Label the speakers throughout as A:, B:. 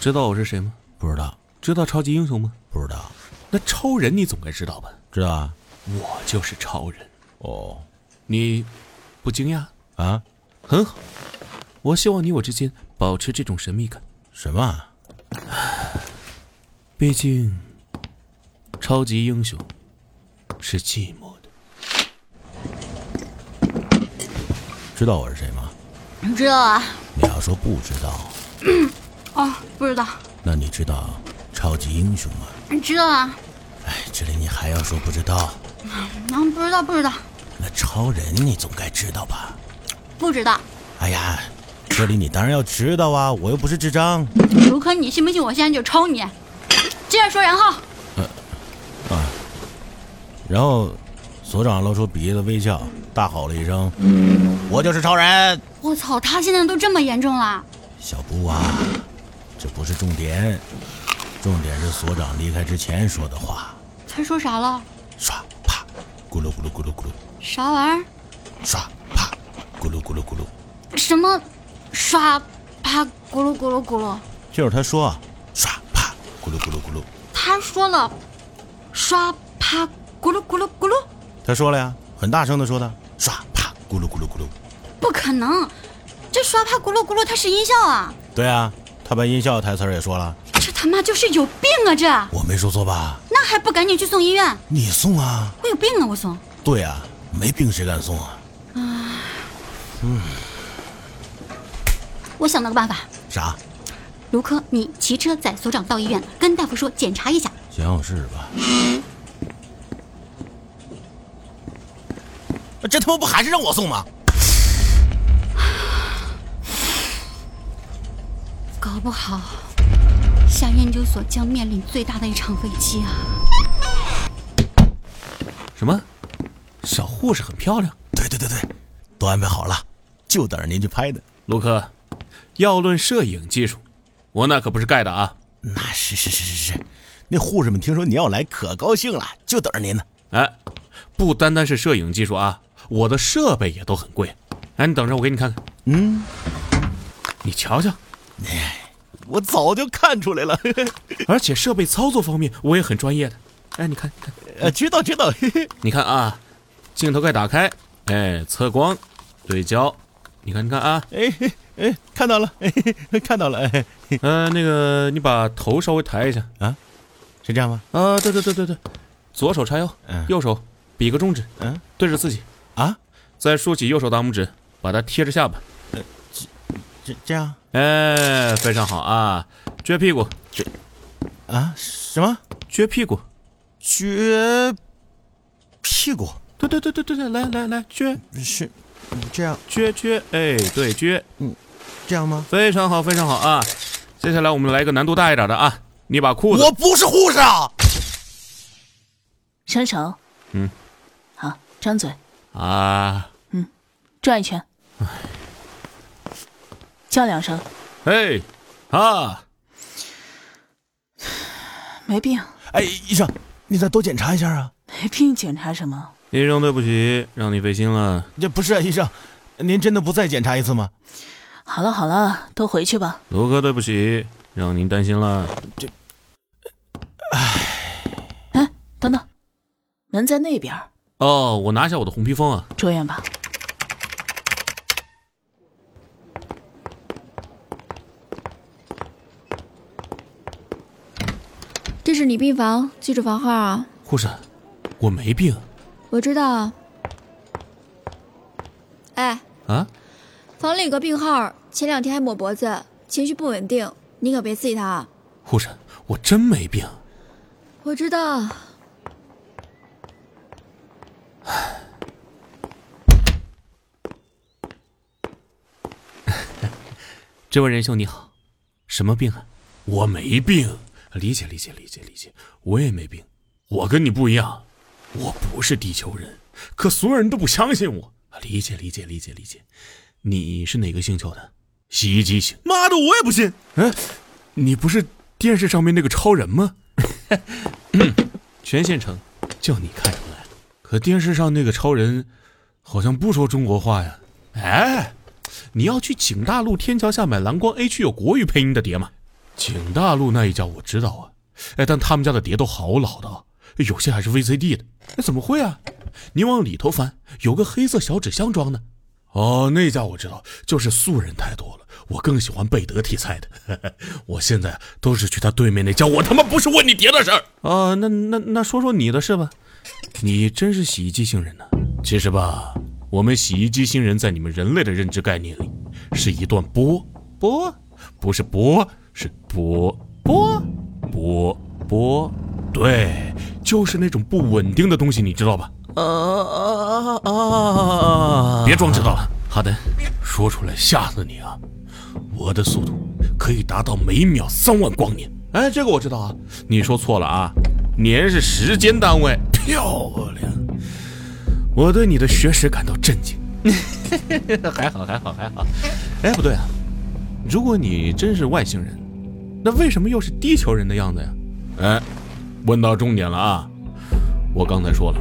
A: 知道我是谁吗？
B: 不知道，
A: 知道超级英雄吗？
B: 不知道，
A: 那超人你总该知道吧？
B: 知道啊？
A: 我就是超人，
B: 哦，
A: 你不惊讶？
B: 啊，
A: 很好，我希望你我之间保持这种神秘感。
B: 什么啊？
A: 毕竟，超级英雄是寂寞的。
B: 知道我是谁吗？
C: 知道啊？
B: 你要说不知道，
C: 哦，不知道，
B: 那你知道超级英雄吗？
C: 知道啊？
B: 哎，这里你还要说不知道？
C: 嗯，不知道，不知道，
B: 那超人你总该知道吧？
C: 不知道。
B: 哎呀，这里你当然要知道啊，我又不是智障。
C: 如可，你信不信我现在就抽你？接着说，然后
B: 然后，所长露出鄙夷的微笑，大吼了一声：“我就是超人！”
C: 我操，他现在都这么严重了，
B: 小布啊，这不是重点，重点是所长离开之前说的话。
C: 他说啥了？
B: 刷啪，咕噜咕噜咕噜咕噜，
C: 啥玩意
B: 刷啪，咕噜咕噜咕噜，
C: 儿？什么？刷啪咕噜咕噜咕噜？
B: 就是他说啊，刷啪，咕噜咕噜咕噜，
C: 他说了，刷啪咕噜咕噜咕噜，
B: 他说了呀，很大声的说的，刷啪，咕噜咕噜咕噜。
C: 不可能，这刷啪咕噜咕噜它是音效啊！
B: 对啊，他把音效台词儿也说了，
C: 这他妈就是有病啊！这
B: 我没说错吧？
C: 那还不赶紧去送医院？
B: 你送啊？
C: 我有病啊！我送。
B: 对啊，没病谁敢送啊？
C: 我想了个办法，
B: 啥？
C: 卢科，你骑车载所长到医院，跟大夫说检查一下。
B: 想想试试吧。这他妈不还是让我送吗？
C: 搞不好，下研究所将面临最大的一场危机啊！
A: 什么？小护士很漂亮。
B: 对对对对，都安排好了，就等着您去拍的。
A: 卢克，要论摄影技术，我那可不是盖的啊！
B: 那是是是是是，那护士们听说您要来，可高兴了，就等着您呢。
A: 哎，不单单是摄影技术啊，我的设备也都很贵。哎，你等着，我给你看看。
B: 嗯，
A: 你瞧瞧，
B: 我早就看出来了， 呵呵
A: 而且设备操作方面我也很专业的。哎，你看，你看，
B: 呃，知道知道。 嘿嘿
A: 你看啊，镜头盖打开，哎，测光，对焦，你看，你看啊，
B: 哎嘿哎，看到了，哎 嘿嘿看到了， 哎，嘿
A: 呃，那个，你把头稍微抬一下
B: 是这样吗？
A: 啊，对对对对对，左手叉腰，
B: 嗯
A: 右手比个中指，
B: 嗯
A: 对着自己，
B: 啊，
A: 再竖起右手大拇指，把它贴着下巴。
B: 这这样
A: 哎，非常好啊！撅屁股，
B: 啊？什么？
A: 撅屁股，
B: 撅屁股
A: 对对对对对对，来来来，撅
B: 是嗯这样
A: 撅撅，哎，对撅，
B: 这样吗？
A: 非常好非常好啊！接下来我们来一个难度大一点的啊，你把裤子，
B: 我不是护士啊！
D: 伸手，
A: 嗯，
D: 好，张嘴，
A: 啊，
D: 转一圈，叫两声，
A: 嘿，啊，
D: 没病，
B: 哎，医生，你再多检查一下啊！
D: 没病，检查什么？
A: 医生对不起，让你费心了。
B: 这不是、啊、医生，您真的不再检查一次吗？
D: 好了好了，都回去吧。
A: 卢哥对不起，让您担心了。
D: 哎，等等，门在那边儿，
A: 哦，我拿下我的红披风啊！
D: 住院吧。
E: 这是你病房，记住房号啊！
A: 护士，我没病
E: 我知道啊。哎，
A: 啊！
E: 房里有个病号，前两天还抹脖子，情绪不稳定，你可别刺激他啊！
A: 护士，我真没病。
E: 我知道，
A: 这位仁兄你好，什么病啊？我没病，理解理解理解理解，我也没病。我跟你不一样，我不是地球人，可所有人都不相信我。理解理解理解理解，你是哪个星球的？洗衣机星。嗯
B: 妈的，我也不信！
A: 你不是电视上面那个超人吗？ 全县城就你看出来了。可电视上那个超人好像不说中国话呀。哎，你要去景大路天桥下买蓝光 A 区有国语配音的碟吗？景大陆那一家我知道啊，哎，但他们家的碟都好老的啊，有些还是 VCD 的。哎，怎么会啊？你往里头翻，有个黑色小纸箱装的。哦，那家我知道，就是素人太多了。我更喜欢贝德题材的， 我现在都是去他对面那家。我他妈不是问你碟的事儿啊、那那那说说你的事吧。你真是洗衣机星人呐、其实吧，我们洗衣机星人在你们人类的认知概念里，是一段波波，不是波，是波波波波，对，就是那种不稳定的东西，你知道吧？
B: 啊啊！
A: 别装知道了，哈登，说出来吓死你啊！我的速度可以达到每秒三万光年。哎，这个我知道啊，你说错了啊，年是时间单位。漂亮，我对你的学识感到震惊。 还好，还好，还好。哎，不对啊，如果你真是外星人，那为什么又是地球人的样子呀？哎，问到重点了啊！我刚才说了，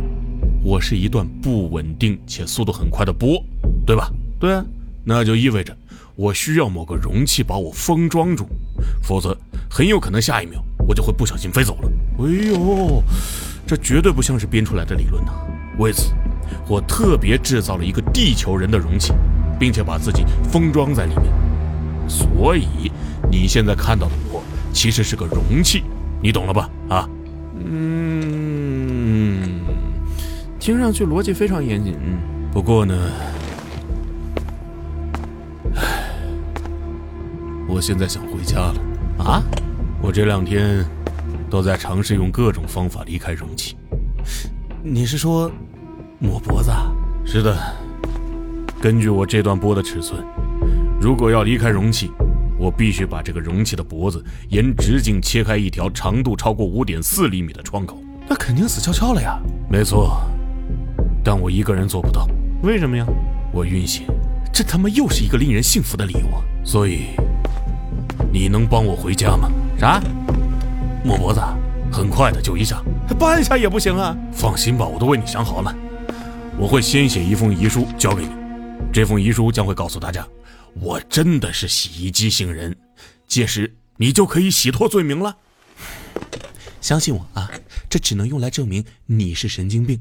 A: 我是一段不稳定且速度很快的波，对吧？对啊，那就意味着我需要某个容器把我封装住，否则很有可能下一秒我就会不小心飞走了。哎呦，这绝对不像是编出来的理论呐、为此，我特别制造了一个地球人的容器，并且把自己封装在里面。所以你现在看到的我其实是个容器，你懂了吧？啊，嗯，听上去逻辑非常严谨。不过呢，唉，我现在想回家了啊！我这两天都在尝试用各种方法离开容器。你是说抹脖子？啊是的。根据我这段波的尺寸，如果要离开容器，我必须把这个容器的脖子沿直径切开一条长度超过五点四厘米的窗口。那肯定死翘翘了呀。没错，但我一个人做不到。为什么呀？我晕血，这他妈又是一个令人信服的理由啊！所以，你能帮我回家吗？啥？摸脖子啊，很快的，就一下，半下也不行啊！放心吧，我都为你想好了，我会先写一封遗书交给你，这封遗书将会告诉大家，我真的是洗衣机星人，届时你就可以洗脱罪名了。 相信我啊，这只能用来证明你是神经病，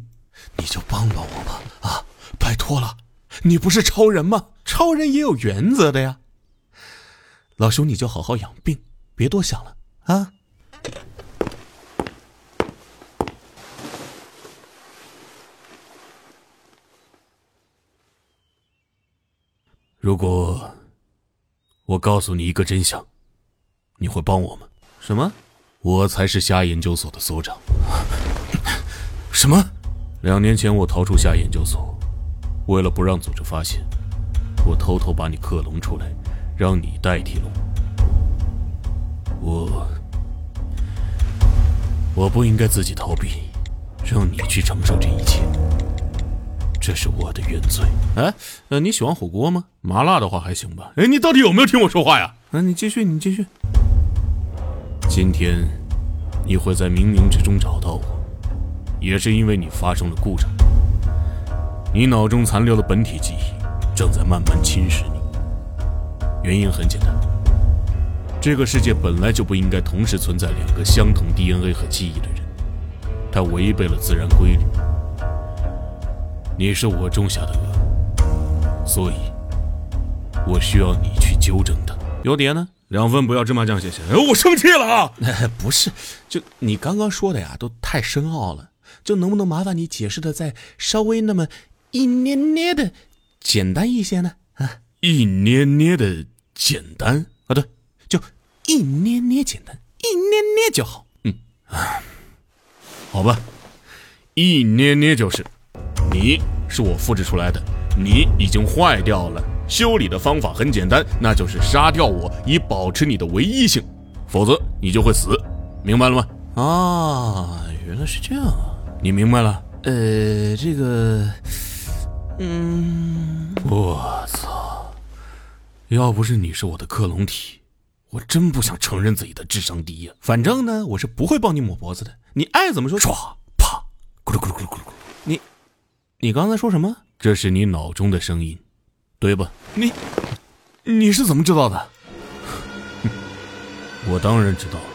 A: 你就帮帮我吧啊！拜托了，你不是超人吗？超人也有原则的呀。老兄，你就好好养病，别多想了啊。如果我告诉你一个真相，你会帮我吗？什么？我才是虾研究所的所长。 什么？两年前我逃出虾研究所，为了不让组织发现，我偷偷把你克隆出来，让你代替龙。我我不应该自己逃避，让你去承受这一切。这是我的原罪。哎，呃，你喜欢火锅吗？麻辣的话还行吧。哎，你到底有没有听我说话呀？那、嗯你继续，你继续。今天你会在冥冥之中找到我，也是因为你发生了故障。你脑中残留的本体记忆正在慢慢侵蚀你。原因很简单，这个世界本来就不应该同时存在两个相同 DNA 和记忆的人，它违背了自然规律。你是我种下的恶，所以我需要你去纠正它。有碟呢？两份不要芝麻酱，谢谢。哎，我生气了啊！ 不是，就你刚刚说的呀，都太深奥了。就能不能麻烦你解释的再稍微那么一捏捏的简单一些呢？啊，一捏捏的简单啊，对，就一捏捏简单，一捏捏就好。嗯，啊，好吧，一捏捏就是。你是我复制出来的，你已经坏掉了。修理的方法很简单，那就是杀掉我，以保持你的唯一性，否则你就会死，明白了吗？啊，原来是这样啊！你明白了？呃，这个，嗯，我操！要不是你是我的克隆体，我真不想承认自己的智商低呀、反正呢，我是不会帮你抹脖子的，你爱怎么说。唰，啪，咕噜咕噜咕噜咕噜咕噜。你，你刚才说什么？这是你脑中的声音，对吧？你，你是怎么知道的？ 我当然知道了。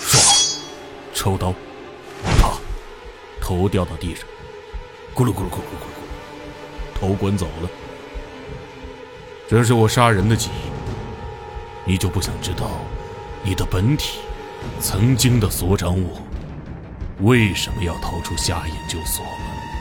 A: 唰，抽刀，啪，头掉到地上，咕噜咕噜咕噜咕噜咕噜，头滚走了。这是我杀人的记忆。你就不想知道你的本体，曾经的所长我，为什么要逃出夏研究所吗？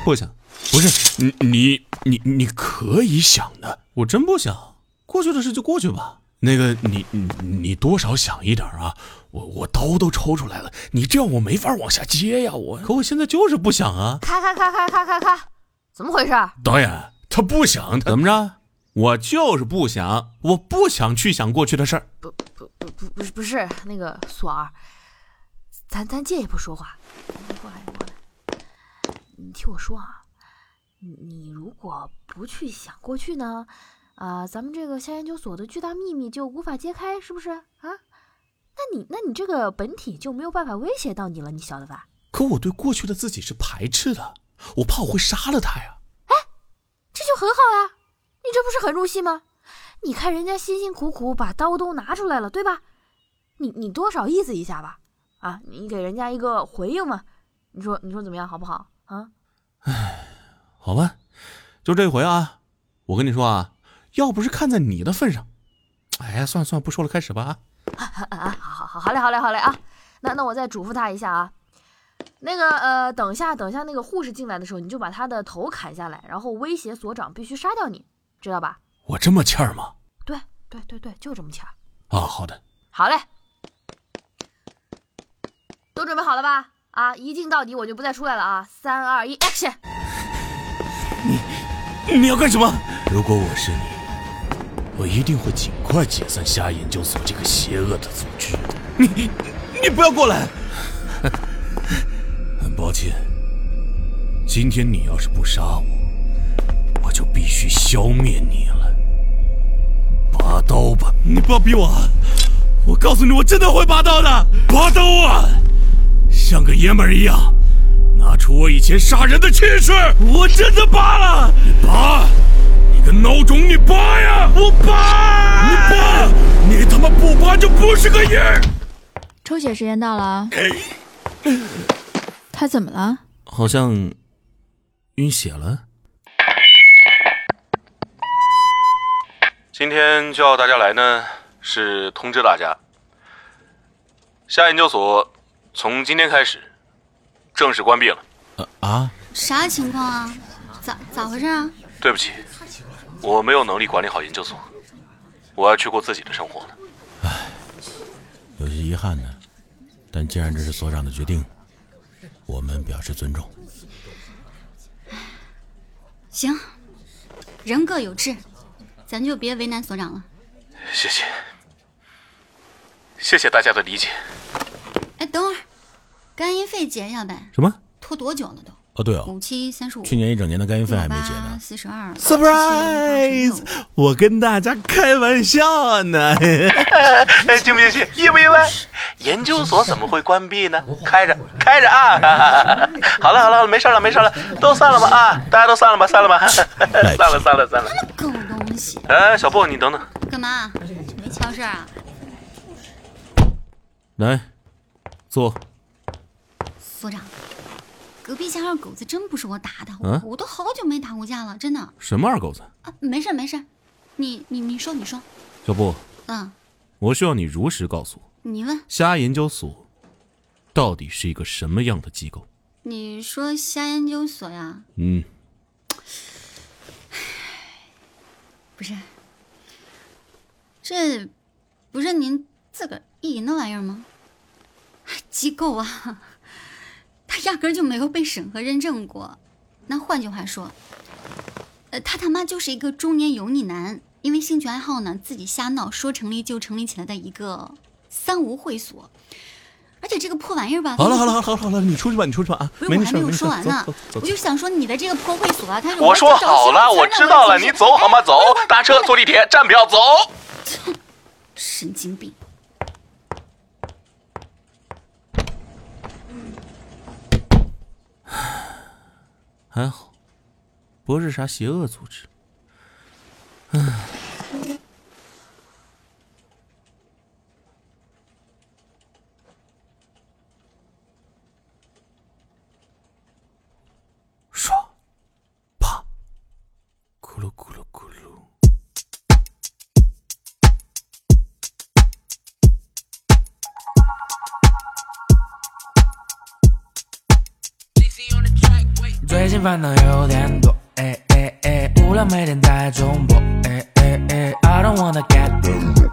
A: 不想，不是你你你你可以想的，我真不想。过去的事就过去吧。那个你你你多少想一点啊！我我刀都抽出来了，你这样我没法往下接呀！我可我现在就是不想啊！
F: 咔咔咔咔咔咔咔，怎么回事儿？
A: 导演他不想，他怎么着？我就是不想，我不想去想过去的事儿。
F: 不不不是不是那个索儿，咱咱借也不说话，你过来你过来，你听我说啊，你你如果不去想过去呢，啊、咱们这个夏研究所的巨大秘密就无法揭开，是不是啊？那你那你这个本体就没有办法威胁到你了，你晓得吧？
A: 可我对过去的自己是排斥的，我怕我会杀了他呀。
F: 这就很好呀、你这不是很入戏吗？你看人家辛辛苦苦把刀都拿出来了，对吧？你你多少意思一下吧，啊，你给人家一个回应嘛，你说你说怎么样，好不好啊？
A: 好吧，就这回啊，我跟你说啊，要不是看在你的份上，哎呀，算了算了，不说了，开始吧啊。
F: 啊，好好好，好嘞，好嘞，好嘞啊！那那我再嘱咐他一下啊。那个呃，等一下，等一下，那个护士进来的时候，你就把他的头砍下来，然后威胁所长必须杀掉你，知道吧？
A: 我这么欠儿吗？
F: 对对对对，就这么巧。
A: 啊，好的，
F: 好嘞，都准备好了吧？啊，一镜到底，我就不再出来了啊！三二一，action！
A: 你要干什么？如果我是你，我一定会尽快解散瞎研究所这个邪恶的组织的。你，你不要过来！ 很抱歉，今天你要是不杀我，我就必须消灭你了。拔刀吧！你不要逼我！啊我告诉你，我真的会拔刀的！拔刀啊！像个爷们儿一样，拿出我以前杀人的气势！我真的拔了！你拔！你个孬种，你拔呀！我拔！你拔！你他妈不拔就不是个人！
E: 抽血时间到了啊！他怎么了？
A: 好像晕血了。
G: 今天叫大家来呢，是通知大家，夏研究所从今天开始正式关闭了。
B: 啊，
C: 啥情况啊？咋咋回事啊？
G: 对不起，我没有能力管理好研究所，我要去过自己的生活了。
B: 有些遗憾呢。但既然这是所长的决定，我们表示尊重。
C: 行，人各有志，咱就别为难所长了。
G: 谢谢，谢谢大家的理解。
C: 哎，等会儿，肝阴肺结一下呗，
A: 什么？
C: 拖多久了都？
B: 哦，对哦，
C: 五七三十五，
B: 去年一整年的干运费还没
C: 58
B: 结呢。
C: 四十二
A: Surprise！我跟大家开玩笑 呢。
G: 哎，惊不惊喜？意不意外？研究所怎么会关闭呢？开着，开着啊！ 好了好了，没事了没事了，都散了吧啊！大家都散了吧，散了吧，散了 散了散了。
C: 狗东西，
G: 哎，小布，你等等。
C: 干嘛？没挑事儿啊？
A: 来，坐。
C: 所长，隔壁家二狗子真不是我打的，我,、
A: 嗯
C: 我都好久没打过架了，真的。
A: 什么二狗子？
C: 啊，没事儿没事儿，你你你说你说，
A: 小布，
C: 嗯，
A: 我需要你如实告诉我，
C: 你问，
A: 虾研究所到底是一个什么样的机构？
C: 你说虾研究所呀？
A: 嗯，
C: 不是，这不是您自个儿意淫的玩意儿吗？机构啊，他压根儿就没有被审核认证过。那换句话说，呃，他他妈就是一个中年油腻男，因为兴趣爱好呢自己瞎闹，说成立就成立起来的一个三无会所。而且这个破玩意儿吧，
A: 好了好了好了好了好了，你出去吧，你出去吧啊！
C: 不是
A: 没
C: 我
A: 你
C: 还
A: 事
C: 没
A: 儿，
C: 有
A: 没事
C: 说
A: 儿
C: 完
A: 走
C: 呢
A: 走，走
C: 我就想说你的这个破会所啊，它是
G: 我说
C: 完全
G: 好了，
C: 找
G: 我
C: 寻
G: 知道了，
C: 让
G: 你
C: 解释
G: 走好吗？走，搭车，坐地铁，站票，走。
C: 神经病！
A: 还好，不是啥邪恶组织。唉，
H: 最近烦恼有点多，哎哎哎，无聊每天待中播，哎哎哎，I don't wanna get bored。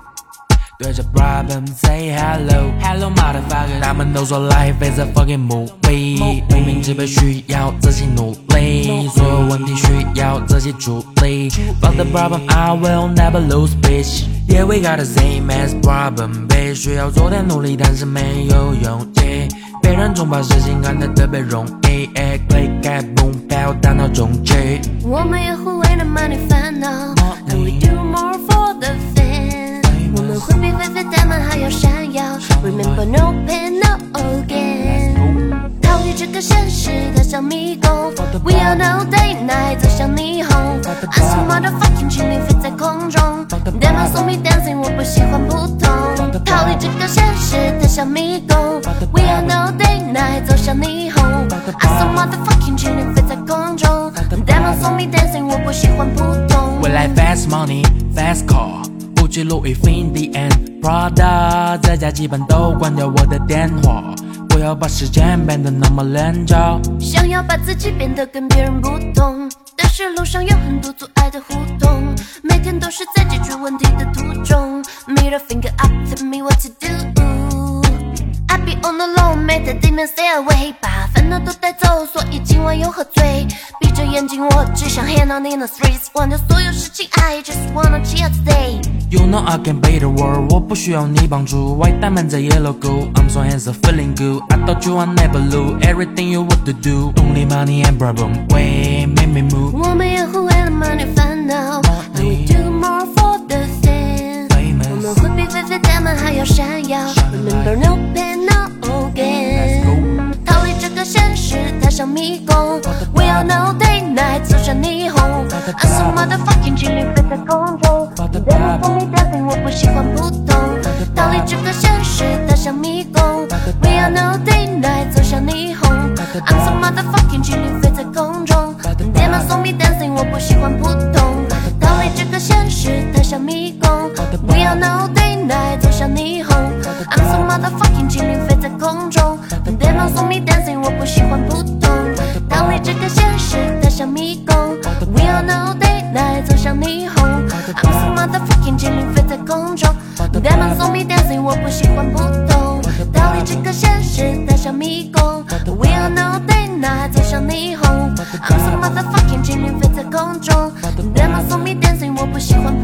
H: 对着 problem say hello hello motherfucker，他们都说 life is a fucking movie，无名指标需要自己努力，所有问题需要自己处理。But the problem I will never lose bitch。Yeah we got the same as problem，bitch，需要昨天努力，但是没有勇气。别人总把事情看得特别容易，哎，click at 目标达到终极。
I: 我们也会为了 money 烦恼，And we do more for the fun。我们会比狒狒大们还要闪耀，Remember no pain no gain。逃离这个现实的小迷宫，We all know day night 走向霓虹，I'm so motherfucking 群灵飞在空中，They must saw me dancing，我不喜欢普通。逃离这个现实的小迷宫，We all know day night 走向霓虹，I'm so motherfucking 群灵飞在空中，They must saw me dancing，我不喜欢普通。
H: 未来 fast money fast car，不去路易 Fendi and Prada，在家基本都关掉我的电话，不要把时间变得那么廉价。
I: 想要把自己变得跟别人不同，但是路上有很多阻碍的胡同，每天都是在解决问题的途中。Middle finger up, tell me what to do. I be on the low, make the demons stay away，把烦恼都带走，所以今晚又喝醉。闭着眼睛，我只想 handle 你的 threes，忘掉所有事情，I just wanna chill today。
H: You know I can be the world，我不需要你帮助。White diamonds and yellow gold，I'm so handsome feeling good。I thought you I never lose everything you want to do。Only money and problem way make me move。
I: 我们也会为了 money 烦恼，And we do more for the fans。
H: Famous
I: 我们会比狒狒大们还要闪耀，Remember no pain no gain。逃离这个现实，踏上迷宫，We all know day night 走向霓虹，I'm so motherfucking 精灵飞在空中，Never for me dancing，我不喜欢普通。逃离这个现实，踏上迷宫，We all know day night 走向霓虹，I'm so motherfucking 精灵飞在空中，Never saw me dancing，我不喜欢普通。逃离这个现实，踏上迷宫，We all know day night 走向霓虹，I'm so motherfucking 精灵飞在空中，They must saw me dancing，我不喜欢普通。逃离这个现实，踏上迷宫，We all know day night 走向霓虹，I'm so motherfucking 精灵飞在空中，They must saw me dancing，我不喜欢普通。逃离这个现实，踏上迷宫，We all know day night 走向霓虹，I'm so motherfucking 精灵飞在空中。They must saw me dancing，我不喜欢普